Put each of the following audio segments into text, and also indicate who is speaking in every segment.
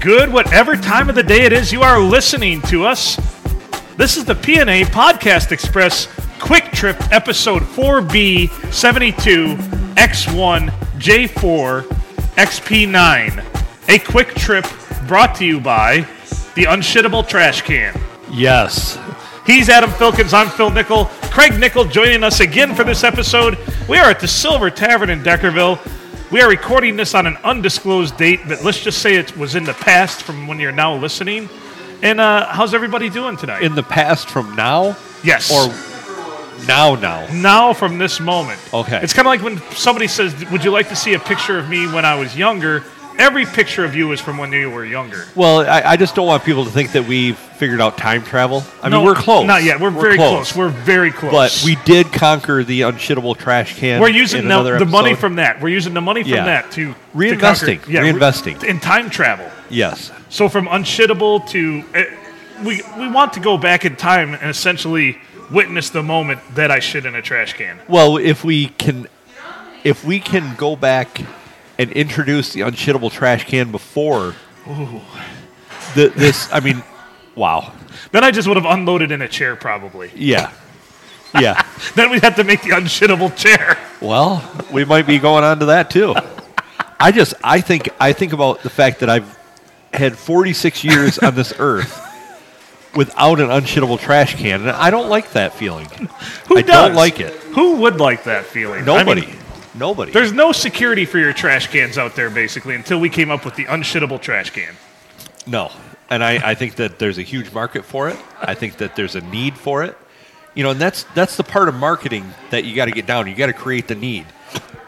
Speaker 1: good whatever time of the day it is you are listening to us. This is the PNA Podcast Express Quick Trip Episode 4B 72 X1 J4 XP9. A quick trip brought to you by the Unshittable Trash Can.
Speaker 2: Yes.
Speaker 1: He's Adam Filkins. I'm Phil Nickel. Craig Nickel joining us again for this episode. We are at the Silver Tavern in Deckerville. We are recording this on an undisclosed date, but let's just say it was in the past from when you're now listening. And uh, how's everybody doing tonight?
Speaker 2: In the past from now
Speaker 1: yes.
Speaker 2: or now now?
Speaker 1: now from this moment.
Speaker 2: Okay.
Speaker 1: It's kind of like when somebody says, Would you like to see a picture of me when I was younger? Every picture of you is from when you were younger.
Speaker 2: Well, I, I just don't want people to think that we've figured out time travel. I mean,
Speaker 1: No,
Speaker 2: we're close.
Speaker 1: Not yet. We're, very close. We're very close.
Speaker 2: But we did conquer the unshittable trash can.
Speaker 1: We're
Speaker 2: in
Speaker 1: using the,
Speaker 2: another
Speaker 1: the money
Speaker 2: episode.
Speaker 1: from that. We're using the money from
Speaker 2: Yeah.
Speaker 1: that to to
Speaker 2: Reinvesting.
Speaker 1: conquer- re-
Speaker 2: Reinvesting.
Speaker 1: in time travel.
Speaker 2: Yes.
Speaker 1: So from unshittable to uh, we we want to go back in time and essentially witness the moment that I shit in a trash can.
Speaker 2: Well, if we can, if we can go back and introduce the unshittable trash can before the, this, I mean, wow.
Speaker 1: Then I just would have unloaded in a chair probably.
Speaker 2: Yeah. Yeah.
Speaker 1: Then we'd have to make the unshittable chair.
Speaker 2: Well, we might be going on to that too. I just I think I think about the fact that I've had 46 years on this earth without an unshittable trash can, and I don't like that feeling.
Speaker 1: Who
Speaker 2: I
Speaker 1: does?
Speaker 2: don't like it.
Speaker 1: Who would like that feeling? I mean,
Speaker 2: Nobody. Nobody.
Speaker 1: there's no security for your trash cans out there basically until we came up with the unshittable trash can.
Speaker 2: No. And I, I think that there's a huge market for it. I think that there's a need for it. You know, and that's that's the part of marketing that you got to get down. You got to create the need.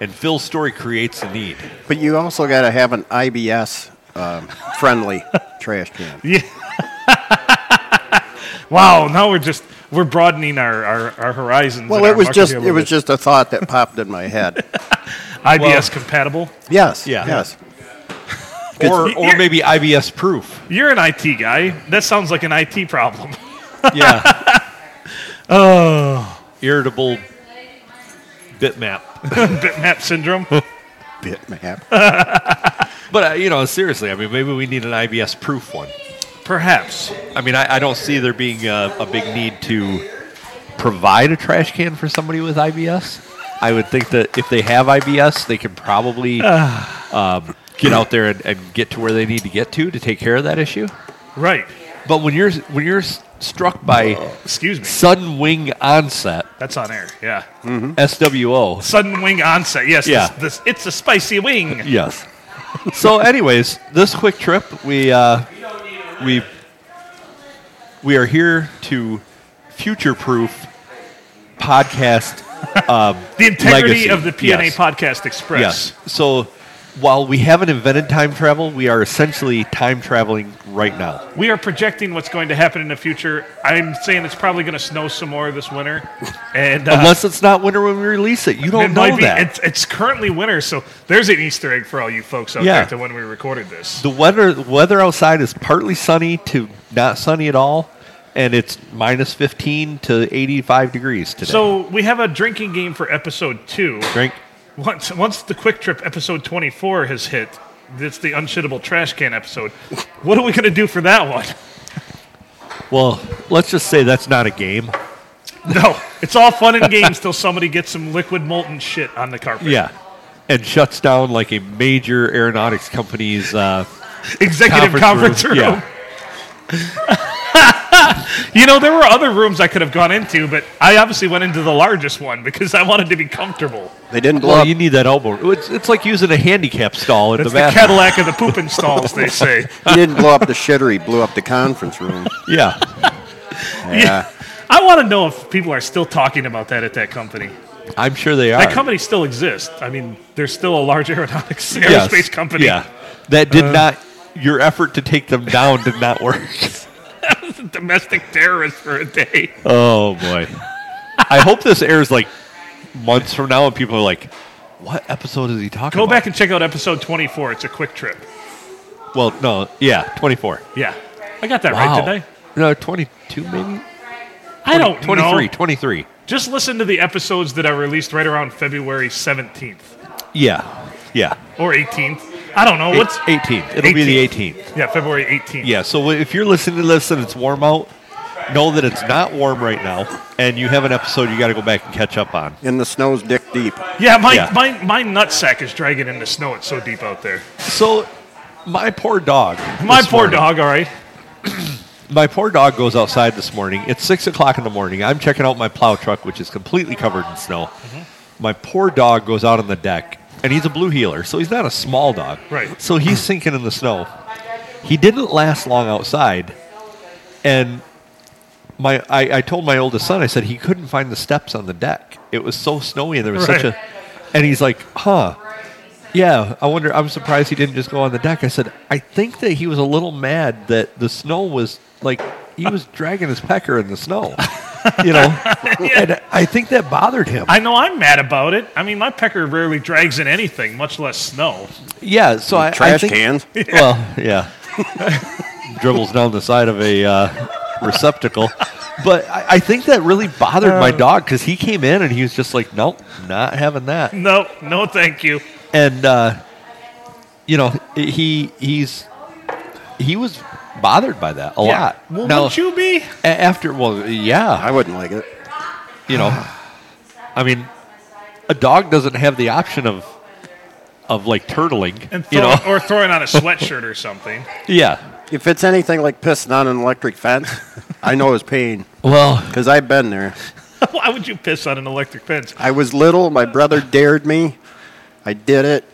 Speaker 2: And Phil's story creates the need.
Speaker 3: But you also got to have an IBS um, friendly trash can.
Speaker 1: Wow, now we're just we're broadening our, our, our horizons.
Speaker 3: Well,
Speaker 1: and
Speaker 3: it
Speaker 1: our
Speaker 3: was just
Speaker 1: marketing a
Speaker 3: it was
Speaker 1: little
Speaker 3: just a thought that popped in my head.
Speaker 1: bit. IBS
Speaker 2: well-
Speaker 1: compatible.
Speaker 3: Yes.
Speaker 2: Yeah.
Speaker 3: Yes.
Speaker 2: Or or maybe IBS proof.
Speaker 1: You're an IT guy. That sounds like an IT problem.
Speaker 2: Yeah. oh. Irritable bitmap.
Speaker 1: Bitmap syndrome.
Speaker 3: Bitmap.
Speaker 2: But, uh, you know, seriously, I mean, maybe we need an IBS proof one.
Speaker 1: Perhaps.
Speaker 2: I mean, I, I don't see there being a, a big need to provide a trash can for somebody with IBS. I would think that if they have IBS, they can probably um, get out there and, and get to where they need to get to to take care of that issue.
Speaker 1: Right.
Speaker 2: But when you're when you're s- struck by
Speaker 1: Excuse me.
Speaker 2: sudden wing onset
Speaker 1: That's on air. Yeah.
Speaker 2: SWO,
Speaker 1: Sudden wing onset. Yes.
Speaker 2: Yeah.
Speaker 1: This, this, it's a spicy wing.
Speaker 2: Yes. so, anyways, this quick trip, we uh, we we are here to future-proof podcast.
Speaker 1: The integrity
Speaker 2: Legacy,
Speaker 1: of the PNA
Speaker 2: yes.
Speaker 1: Podcast Express.
Speaker 2: Yes. So, while we haven't invented time travel, we are essentially time traveling right now.
Speaker 1: We are projecting what's going to happen in the future. I'm saying it's probably going to snow some more this winter, and uh,
Speaker 2: Unless it's not winter when we release it, you
Speaker 1: it
Speaker 2: don't know
Speaker 1: might be.
Speaker 2: that.
Speaker 1: It's, it's currently winter, so there's an Easter egg for all you folks out
Speaker 2: Yeah.
Speaker 1: there to when we recorded this.
Speaker 2: the weather weather outside is partly sunny to not sunny at all, and it's minus 15 to 85 degrees today.
Speaker 1: So we have a drinking game for episode two.
Speaker 2: drink.
Speaker 1: Once once the quick trip episode 24 has hit, it's the unshittable trash can episode. What are we going to do for that one?
Speaker 2: Well, let's just say that's not a game.
Speaker 1: No, it's all fun and games till somebody gets some liquid molten shit on the carpet.
Speaker 2: Yeah. And shuts down like a major aeronautics company's uh,
Speaker 1: Executive conference, room.
Speaker 2: Yeah.
Speaker 1: You know, there were other rooms I could have gone into, but I obviously went into the largest one because I wanted to be comfortable.
Speaker 3: They didn't blow
Speaker 2: Well,
Speaker 3: up.
Speaker 2: you need that elbow. It's, it's like using a handicap stall at
Speaker 1: That's
Speaker 2: the
Speaker 1: the,
Speaker 2: bathroom.
Speaker 1: Cadillac of the pooping stalls, they say.
Speaker 3: He didn't blow up the shitter. He blew up the conference room.
Speaker 2: yeah.
Speaker 3: Yeah.
Speaker 1: I want to know if people are still talking about that at that company.
Speaker 2: I'm sure they are.
Speaker 1: That company still exists. I mean, there's still a large aeronautics
Speaker 2: Yes.
Speaker 1: aerospace company. Uh.
Speaker 2: Yeah. That did not, your effort to take them down did not work.
Speaker 1: domestic terrorist for a day.
Speaker 2: oh, boy. I hope this airs like months from now and people are like, what episode is he talking
Speaker 1: Go
Speaker 2: about?
Speaker 1: back and check out episode 24. It's a quick trip.
Speaker 2: Well, no. Yeah, 24.
Speaker 1: Yeah. I got that
Speaker 2: wow.
Speaker 1: right, did
Speaker 2: No, 22 maybe?
Speaker 1: I? I don't
Speaker 2: 23,
Speaker 1: know.
Speaker 2: 23.
Speaker 1: Just listen to the episodes that I released right around February 17th
Speaker 2: Yeah. Yeah.
Speaker 1: or 18th. I don't know what's
Speaker 2: 18th. It'll be the 18th.
Speaker 1: yeah February 18th.
Speaker 2: Yeah, so if you're listening to this and it's warm out, know that it's not warm right now, and you have an episode you got to go back and catch up on.
Speaker 3: And the snow's dick deep.
Speaker 1: yeah. My
Speaker 2: Yeah.
Speaker 1: my my nutsack is dragging in the snow. It's so deep out there.
Speaker 2: So, my poor dog.
Speaker 1: My
Speaker 2: this
Speaker 1: poor
Speaker 2: morning-
Speaker 1: dog. All right.
Speaker 2: My poor dog goes outside this morning. It's six o'clock in the morning. I'm checking out my plow truck, which is completely covered in snow.
Speaker 1: Mm-hmm.
Speaker 2: My poor dog goes out on the deck, and he's a blue heeler, so he's not a small dog.
Speaker 1: Right.
Speaker 2: So he's sinking in the snow. He didn't last long outside, and my I, I told my oldest son, I said he couldn't find the steps on the deck. It was so snowy, and there was such
Speaker 1: Right.
Speaker 2: a. And he's like, huh. Yeah, I wonder. I'm surprised he didn't just go on the deck. I said, I think that he was a little mad that the snow was like he was dragging his pecker in the snow, you know. And I think that bothered him.
Speaker 1: I know I'm mad about it. I mean, my pecker rarely drags in anything, much less snow.
Speaker 2: yeah, so I I
Speaker 3: Trash
Speaker 2: think-
Speaker 3: cans.
Speaker 2: Well, yeah, dribbles down the side of a uh, receptacle. But I, I think that really bothered my dog because he came in and he was just like, "Nope, not having that."
Speaker 1: No, no, thank you.
Speaker 2: and uh, you know he he's he was bothered by that a lot.
Speaker 1: Well,
Speaker 2: Now,
Speaker 1: wouldn't you be?
Speaker 2: a- after well, yeah,
Speaker 3: I wouldn't like it.
Speaker 2: you know, I mean, a dog doesn't have the option of of like turtling,
Speaker 1: And throw,
Speaker 2: you know,
Speaker 1: or throwing on a sweatshirt or something.
Speaker 2: yeah.
Speaker 3: If it's anything like pissing on an electric fence, I know his pain
Speaker 2: Well,
Speaker 3: because I've been there.
Speaker 1: Why would you piss on an electric fence?
Speaker 3: I was little. My brother dared me. I did it.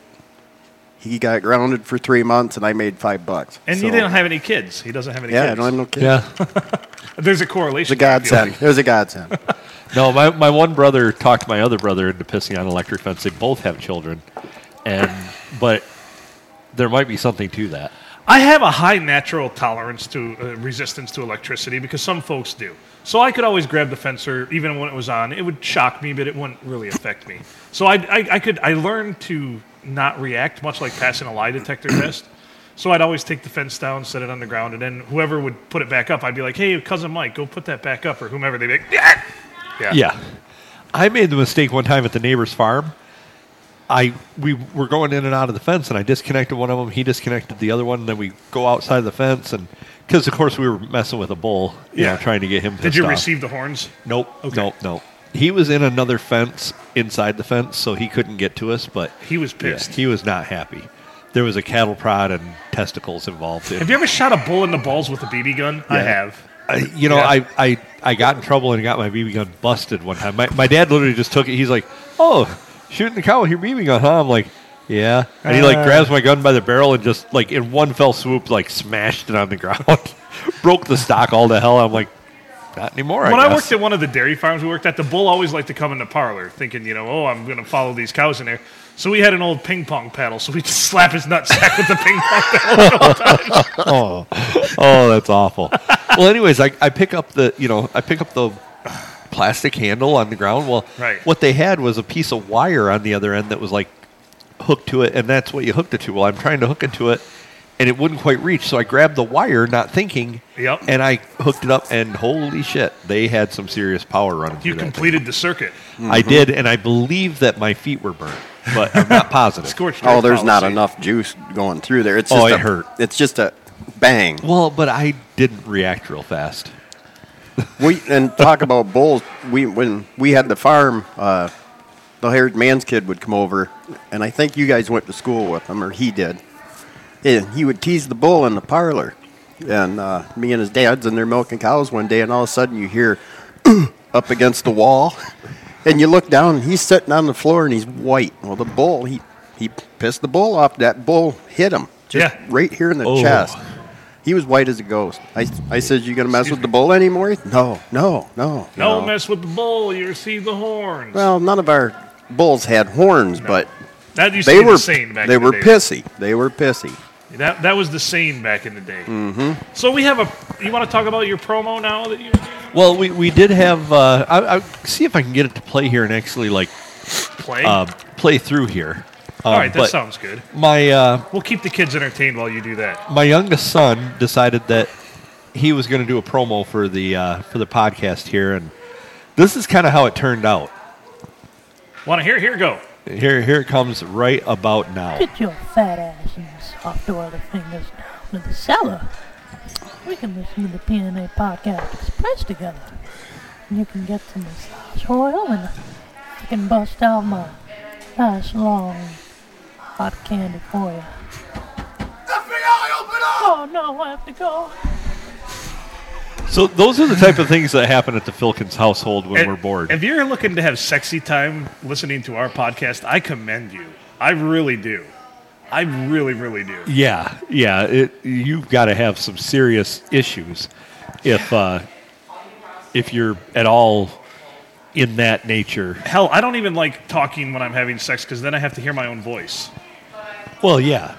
Speaker 3: He got grounded for three months, and I made five bucks.
Speaker 1: And you
Speaker 3: So-
Speaker 1: didn't have any kids. He doesn't have any
Speaker 3: Yeah,
Speaker 1: kids.
Speaker 3: I don't have no kids.
Speaker 2: yeah.
Speaker 1: There's a
Speaker 3: It was a
Speaker 1: correlation. I feel
Speaker 3: godsend. It was a godsend.
Speaker 2: No, my, my one brother talked my other brother into pissing on electric fence. They both have children, and but there might be something to that.
Speaker 1: I have a high natural tolerance to uh, resistance to electricity because some folks do. So I could always grab the fencer even when it was on. It would shock me, but it wouldn't really affect me. So I, I, I could I learned to not react, much like passing a lie detector test. So I'd always take the fence down, set it on the ground, and then whoever would put it back up, I'd be like, "Hey, cousin Mike, go put that back up," or whomever. They'd be like, "Yeah."
Speaker 2: Yeah. I made the mistake one time at the neighbor's farm. I we were going in and out of the fence, and I disconnected one of them. He disconnected the other one. And then we go outside the fence, and because of course we were messing with a bull, you
Speaker 1: Yeah.
Speaker 2: know, trying to get him.
Speaker 1: Did
Speaker 2: pissed
Speaker 1: you
Speaker 2: off.
Speaker 1: receive the horns?
Speaker 2: Nope.
Speaker 1: Okay.
Speaker 2: Nope. Nope. He was in another fence inside the fence, so he couldn't get to us. But
Speaker 1: He was
Speaker 2: yeah,
Speaker 1: pissed.
Speaker 2: he was not happy. There was a cattle prod and testicles involved. In
Speaker 1: Have you ever shot a bull in the balls with a BB gun? I
Speaker 2: Yeah.
Speaker 1: have.
Speaker 2: I, you know,
Speaker 1: Yeah.
Speaker 2: I, I, I got in trouble and got my BB gun busted one time. My, my dad literally just took it. He's like, oh, shooting the cow with your BB gun, huh? I'm like, yeah. And he
Speaker 1: Uh.
Speaker 2: like grabs my gun by the barrel and just like in one fell swoop, like smashed it on the ground, broke the stock all the hell. I'm like, not anymore.
Speaker 1: When I
Speaker 2: guess."
Speaker 1: worked at one of the dairy farms we worked at, the bull always liked to come in the parlor, thinking, you know, oh, I'm going to follow these cows in there. So we had an old ping pong paddle, so we just slap his nutsack with the ping pong paddle.
Speaker 2: oh, oh, that's awful. well, anyways, I, I pick up the you know I pick up the plastic handle on the ground. Well,
Speaker 1: Right.
Speaker 2: what they had was a piece of wire on the other end that was like hooked to it, and that's what you hooked it to. Well, I'm trying to hook it to it, and it wouldn't quite reach, so I grabbed the wire, not thinking.
Speaker 1: Yep.
Speaker 2: And I hooked it up, and holy shit, they had some serious power running.
Speaker 1: You mm-hmm.
Speaker 2: through that thing.
Speaker 1: completed the circuit.
Speaker 2: I did, and I believe that my feet were burnt, but I'm not positive.
Speaker 1: Scorched
Speaker 3: Oh,
Speaker 1: earth
Speaker 3: there's not
Speaker 1: policy.
Speaker 3: enough juice going through there. It's
Speaker 2: Oh,
Speaker 3: just
Speaker 2: it
Speaker 3: a,
Speaker 2: hurt.
Speaker 3: It's just a bang.
Speaker 2: Well, but I didn't react real fast.
Speaker 3: We and talk about bulls. We when we had the farm, uh, the hired man's kid would come over, and I think you guys went to school with him, or he did. And he would tease the bull in the parlor, and uh, me and his dad's in there milking cows one day, and all of a sudden you hear up against the wall, and you look down, and he's sitting on the floor, and he's white. Well, the bull he he pissed the bull off. That bull hit him just
Speaker 1: Yeah.
Speaker 3: right here in the
Speaker 2: Oh.
Speaker 3: chest. He was white as a ghost. I, I said, "You gonna mess with the bull anymore?" No, no, no,
Speaker 1: No mess with the bull, you receive the horns.
Speaker 3: Well, none of our bulls had horns, but
Speaker 1: that used
Speaker 3: they
Speaker 1: to be
Speaker 3: were
Speaker 1: the saying back
Speaker 3: they
Speaker 1: in the
Speaker 3: were
Speaker 1: day.
Speaker 3: pissy. They were pissy.
Speaker 1: That, that was the saying back in the day. Mm-hmm. So we have a. You want to talk about your promo now that you?
Speaker 2: Well, we, we did have. Uh, I, I see if I can get it to play here and actually like
Speaker 1: Play.
Speaker 2: uh, play through here. Um,
Speaker 1: All right, that
Speaker 2: but
Speaker 1: sounds good.
Speaker 2: My uh,
Speaker 1: We'll keep the kids entertained while you do that.
Speaker 2: my youngest son decided that he was going to do a promo for the uh, for the podcast here, and this is kind of how it turned out.
Speaker 1: Want to hear? Here go.
Speaker 2: Here, here it comes right about now.
Speaker 4: Get your fat asses off to other fingers down to the cellar. We can listen to the PNA Podcast Express together. And you can get some massage oil and I can bust out my nice long hot candy for you.
Speaker 5: FBI, open up!
Speaker 4: Oh no, I have to go.
Speaker 2: So those are the type of things that happen at the Filkins household when
Speaker 1: And
Speaker 2: we're bored.
Speaker 1: If you're looking to have sexy time listening to our podcast, I commend you. I really do. I really, really do.
Speaker 2: yeah, yeah. It, you've got to have some serious issues if uh, if you're at all in that nature.
Speaker 1: Hell, I don't even like talking when I'm having sex because then I have to hear my own voice.
Speaker 2: Well, yeah.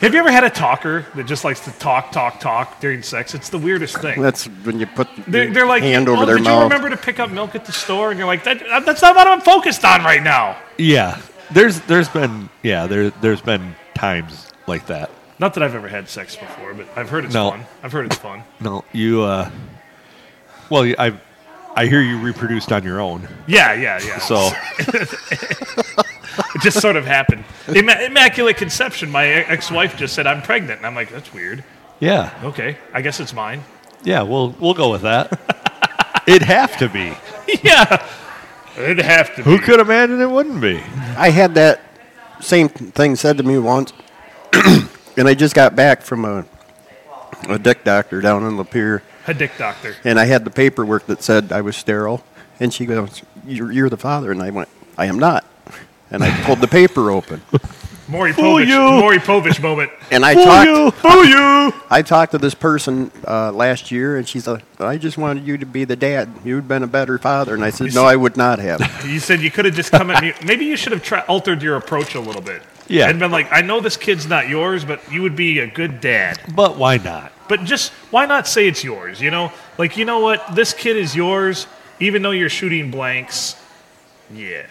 Speaker 1: Have you ever had a talker that just likes to talk, talk, talk during sex? It's the weirdest thing.
Speaker 3: That's when you put
Speaker 1: They're,
Speaker 3: your
Speaker 1: they're like,
Speaker 3: hand over
Speaker 1: "Oh,
Speaker 3: their
Speaker 1: did you
Speaker 3: mouth.
Speaker 1: remember to pick up milk at the store? And you're like, that, uh, that's not what I'm focused on right now.
Speaker 2: Yeah, there's there's been yeah there there's been times like that.
Speaker 1: Not that I've ever had sex before, but I've heard it's
Speaker 2: No.
Speaker 1: fun. I've heard it's fun.
Speaker 2: No, you. Uh, well, you- I I hear you reproduced on your own.
Speaker 1: Yeah, yeah, yeah.
Speaker 2: So
Speaker 1: It just sort of happened. Imma- immaculate conception. My e-, ex-wife just said, I'm pregnant. And I'm like, that's weird.
Speaker 2: yeah,
Speaker 1: Okay, I guess it's mine.
Speaker 2: yeah. We'll we'll go with that. It'd have to be.
Speaker 1: yeah. It'd have to
Speaker 2: Who
Speaker 1: be.
Speaker 2: could imagine it wouldn't be?
Speaker 3: I had that same thing said to me once, and I just got back from a a dick doctor down in Lapeer,
Speaker 1: A dick doctor.
Speaker 3: and I had the paperwork that said I was sterile, and she goes, "You're, you're the father," and I went, "I am not," and I pulled the paper open,
Speaker 1: Maury
Speaker 2: Fool
Speaker 1: Povich.
Speaker 2: you.
Speaker 1: Maury Povich moment.
Speaker 3: and I
Speaker 2: Fool
Speaker 3: talked.
Speaker 2: you! Fool you!
Speaker 3: I talked to this person uh, last year, and she's like, "I just wanted you to be the dad. You'd been a better father." And I said, "No, I would not have."
Speaker 1: You said you could have just come at me. Maybe you should have tri- altered your approach a little bit.
Speaker 2: Yeah.
Speaker 1: And been like, I know this kid's not yours, but you would be a good dad.
Speaker 2: But why not?
Speaker 1: But just why not say it's yours? You know, like you know what, this kid is yours, even though you're shooting blanks. Yeah,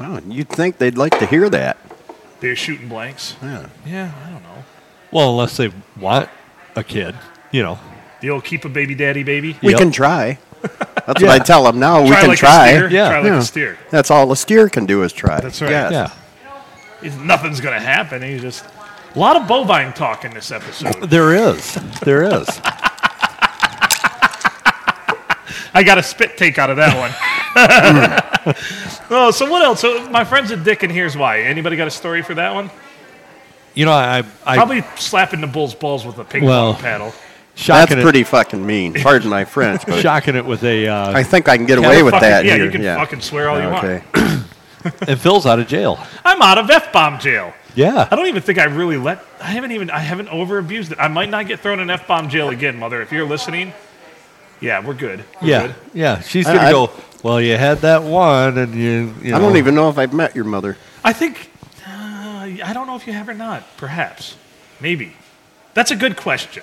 Speaker 3: Wow, you'd think they'd like to hear that.
Speaker 1: they're shooting blanks.
Speaker 3: Yeah.
Speaker 1: Yeah, I don't know.
Speaker 2: Well, unless they want a kid, you know.
Speaker 1: The old keep a baby daddy baby.
Speaker 3: We
Speaker 2: Yep.
Speaker 3: can try. That's
Speaker 2: Yeah.
Speaker 3: what I tell them now. We can
Speaker 1: like
Speaker 3: try.
Speaker 1: A steer.
Speaker 2: Yeah.
Speaker 1: Try like
Speaker 3: Yeah.
Speaker 1: a steer.
Speaker 3: That's all a steer can do is try.
Speaker 1: That's right.
Speaker 3: Yes.
Speaker 2: Yeah,
Speaker 1: He's- nothing's gonna happen. He's just a lot of bovine talk in this episode.
Speaker 2: there is. There is.
Speaker 1: I got a spit take out of that one. oh, so what else? So my friend's a dick, and here's why. Anybody got a story for that one?
Speaker 2: You know, I, I
Speaker 1: Probably slapping the bull's balls with a ping
Speaker 2: Well,
Speaker 1: pong paddle.
Speaker 3: That's
Speaker 2: shocking
Speaker 3: pretty fucking mean. Pardon my French,
Speaker 2: it,
Speaker 3: but
Speaker 2: shocking it with a. Uh,
Speaker 3: I think I can get away with
Speaker 1: fucking-
Speaker 3: that
Speaker 1: yeah,
Speaker 3: here.
Speaker 1: you can fucking swear all you want.
Speaker 3: okay.
Speaker 2: and Phil's out of jail.
Speaker 1: I'm out of f bomb jail.
Speaker 2: Yeah.
Speaker 1: I don't even think I really let. I haven't even. I haven't over abused it. I might not get thrown in f bomb jail again, mother. If you're listening, yeah, we're good. We're
Speaker 2: Yeah,
Speaker 1: good.
Speaker 2: yeah. She's
Speaker 3: I-
Speaker 2: gonna
Speaker 3: I-
Speaker 2: go. Well, you had that one, and you. you
Speaker 3: I don't
Speaker 2: know."
Speaker 3: even know if I've met your mother.
Speaker 1: I think. Uh, I don't know if you have or not. Perhaps. Maybe. That's a good question.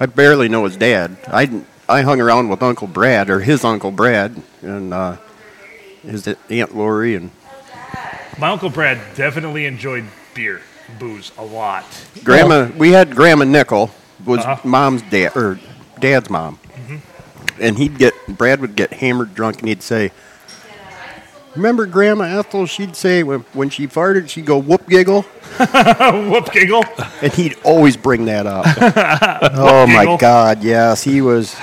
Speaker 3: I barely know his dad. I, I hung around with Uncle Brad or his Uncle Brad and uh, his Aunt Lori and
Speaker 1: My uncle Brad definitely enjoyed beer, booze a lot.
Speaker 3: Grandma. we had Grandma Nickel was
Speaker 1: Uh-huh.
Speaker 3: mom's dad or dad's mom,
Speaker 1: Mm-hmm.
Speaker 3: and he'd get Brad would get hammered drunk and he'd say. Remember Grandma Ethel? She'd say when, when she farted, she'd go whoop giggle.
Speaker 1: Whoop giggle.
Speaker 3: And he'd always bring that up.
Speaker 1: Giggle.
Speaker 3: oh my God, yes, he was.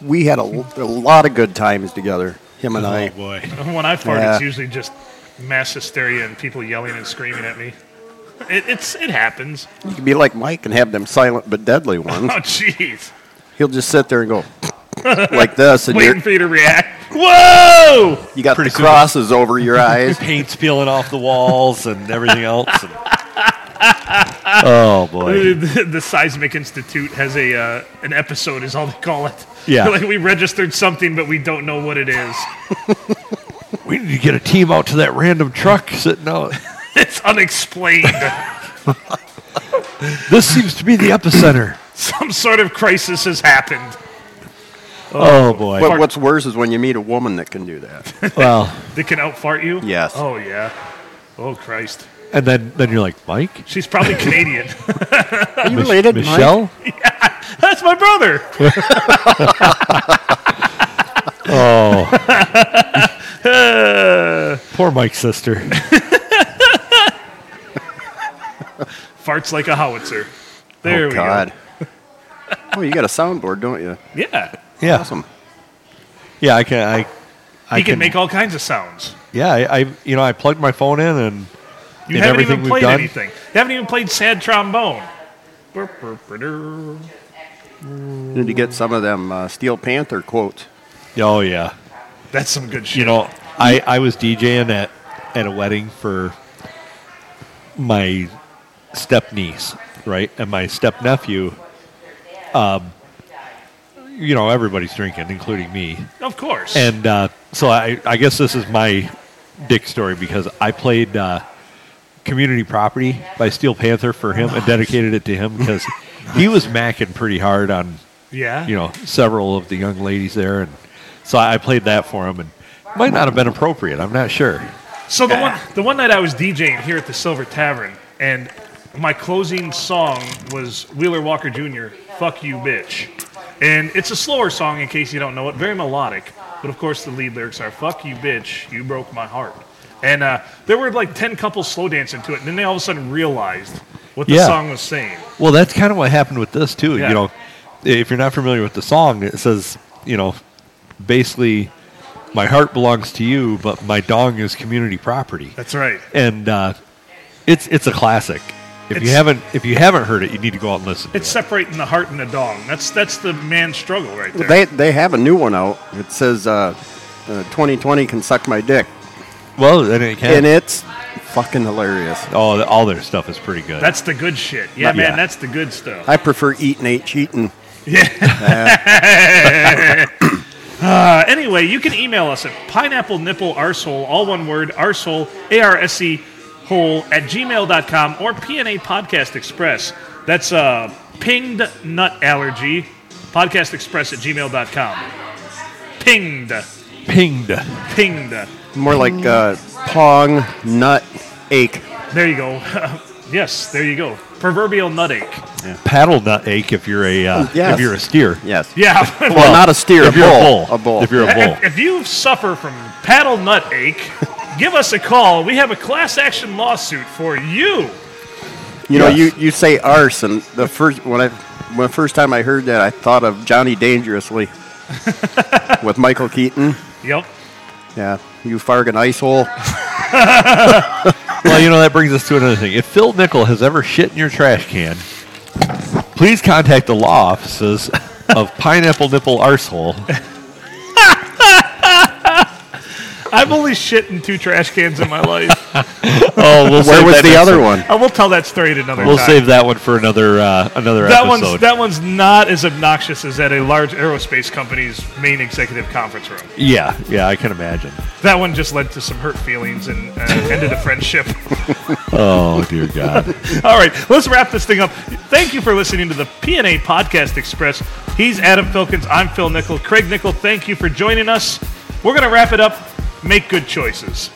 Speaker 3: We had a, l- a lot of good times together, him and
Speaker 1: Uh-huh.
Speaker 3: I.
Speaker 2: oh, boy.
Speaker 1: When I fart,
Speaker 3: Yeah.
Speaker 1: it's usually just mass hysteria and people yelling and screaming at me. It, it's it happens.
Speaker 3: You could be like Mike and have them silent but deadly ones.
Speaker 1: Oh jeez.
Speaker 3: He'll just sit there and go like this, and you're,
Speaker 1: Waiting for you to react. Whoa!
Speaker 3: you got
Speaker 2: Pretty
Speaker 3: the
Speaker 2: soon.
Speaker 3: crosses over your eyes.
Speaker 2: Paint's peeling off the walls and everything else. and- oh boy.
Speaker 1: The, the Seismic Institute has a uh, an episode, is all they call it.
Speaker 2: Yeah.
Speaker 1: like we registered something, but we don't know what it is.
Speaker 2: We need to get a team out to that random truck sitting out.
Speaker 1: It's unexplained.
Speaker 2: This seems to be the epicenter.
Speaker 1: Some sort of crisis has happened.
Speaker 2: Oh boy.
Speaker 3: But what's worse is when you meet a woman that can do that.
Speaker 2: well,
Speaker 1: They can outfart you.
Speaker 3: Yes.
Speaker 1: Oh yeah. Oh Christ.
Speaker 2: and then then you're like Mike,
Speaker 1: She's probably Canadian.
Speaker 3: Are you
Speaker 2: Mich-
Speaker 3: related, Mike?
Speaker 2: Michelle.
Speaker 1: That's my brother.
Speaker 2: Oh, Mike's sister.
Speaker 1: Farts like a howitzer. There
Speaker 3: oh,
Speaker 1: we
Speaker 3: God. oh, you got a soundboard, don't you?
Speaker 1: go. Yeah.
Speaker 2: Yeah,
Speaker 3: Awesome.
Speaker 2: yeah. I can. I, I
Speaker 1: He can, make all kinds of sounds.
Speaker 2: Yeah, I, I you know I plugged my phone in and
Speaker 1: You
Speaker 2: In
Speaker 1: haven't
Speaker 2: everything
Speaker 1: even
Speaker 2: we've
Speaker 1: played
Speaker 2: done?
Speaker 1: anything. You haven't even played sad trombone. Burr, burr, burr, durr.
Speaker 3: Need to get some of them uh, Steel Panther quotes.
Speaker 2: oh yeah,
Speaker 1: That's some good shit.
Speaker 2: you know I I was DJing at at a wedding for my step niece right and my step nephew. Um, you know everybody's drinking, including me.
Speaker 1: of course.
Speaker 2: And uh, so I, I guess this is my dick story because I played uh, Community Property by Steel Panther for him and dedicated it to him because he was macking pretty hard on
Speaker 1: yeah.
Speaker 2: you know several of the young ladies there, and so I played that for him and it might not have been appropriate. I'm not sure.
Speaker 1: So the one the one night I was DJing here at the Silver Tavern, and my closing song was Wheeler Walker Jr. "Fuck You, Bitch," and it's a slower song in case you don't know it, very melodic. But of course, the lead lyrics are "Fuck you, bitch, you broke my heart," and uh, there were like ten couples slow dancing to it, and then they all of a sudden realized what the
Speaker 2: Yeah.
Speaker 1: song was saying.
Speaker 2: Well, that's kind of what happened with this too.
Speaker 1: Yeah.
Speaker 2: You know, if you're not familiar with the song, it says you know basically. My heart belongs to you, but my dong is community property.
Speaker 1: That's right.
Speaker 2: and uh, it's it's a classic. If you
Speaker 1: It's-
Speaker 2: haven't if you haven't heard it, you need to go out and listen.
Speaker 1: It's
Speaker 2: to it.
Speaker 1: separating the heart and the dong. That's that's the man's struggle right there.
Speaker 3: They, they have a new one out. It says uh, uh, 2020 can suck my dick.
Speaker 2: well, then it can.
Speaker 3: And it's fucking hilarious.
Speaker 2: all all their stuff is pretty good.
Speaker 1: that's the good shit. Yeah, man,
Speaker 2: Yeah.
Speaker 1: that's the good stuff.
Speaker 3: I prefer eating ain't cheating.
Speaker 1: Uh, anyway, you can email us at pineapple nipple arsehole, all one word, arsehole, A R S E hole at gmail.com or PNA Podcast Express. That's uh, pinged nut allergy, podcast express at gmail.com. Pinged.
Speaker 2: pinged.
Speaker 1: Pinged.
Speaker 3: More like uh, pong, nut, ache.
Speaker 1: There you go. yes, there you go. Proverbial nut ache.
Speaker 2: Paddle nut ache if you're a uh,
Speaker 3: Oh, yes.
Speaker 2: if you're a steer.
Speaker 3: Yes.
Speaker 1: Yeah.
Speaker 3: Well, not a steer,
Speaker 2: If
Speaker 3: a
Speaker 2: you're
Speaker 3: bull.
Speaker 2: a bull.
Speaker 3: A bull.
Speaker 2: If you're a bull.
Speaker 1: If, if you suffer from paddle nut ache, give us a call. We have a class action lawsuit for you.
Speaker 3: You know,
Speaker 2: Yes.
Speaker 3: you, you say arse, and the first when I when the first time I heard that, I thought of Johnny Dangerously with Michael Keaton.
Speaker 1: Yep.
Speaker 3: Yeah, you fargan ice hole.
Speaker 2: well, you know that brings us to another thing. If Phil Nickel has ever shit in your trash can, please contact the law offices of Pineapple Nipple Arsehole.
Speaker 1: I've only shit in two trash cans in my life.
Speaker 2: Oh, we'll
Speaker 3: Where
Speaker 2: save
Speaker 3: was
Speaker 2: that
Speaker 3: the
Speaker 2: next
Speaker 3: other
Speaker 2: time.
Speaker 3: one?
Speaker 1: I will tell that story at another
Speaker 2: We'll
Speaker 1: time.
Speaker 2: save that one for another uh, another
Speaker 1: that
Speaker 2: episode.
Speaker 1: one's that one's not as obnoxious as at a large aerospace company's main executive conference room.
Speaker 2: yeah, yeah, I can imagine.
Speaker 1: That one just led to some hurt feelings and uh, ended a friendship.
Speaker 2: Oh dear God.
Speaker 1: All right, let's wrap this thing up. Thank you for listening to the PNA Podcast Express. He's Adam Filkins. I'm Phil Nickel. Craig Nickel, thank you for joining us. We're going to wrap it up. Make good choices.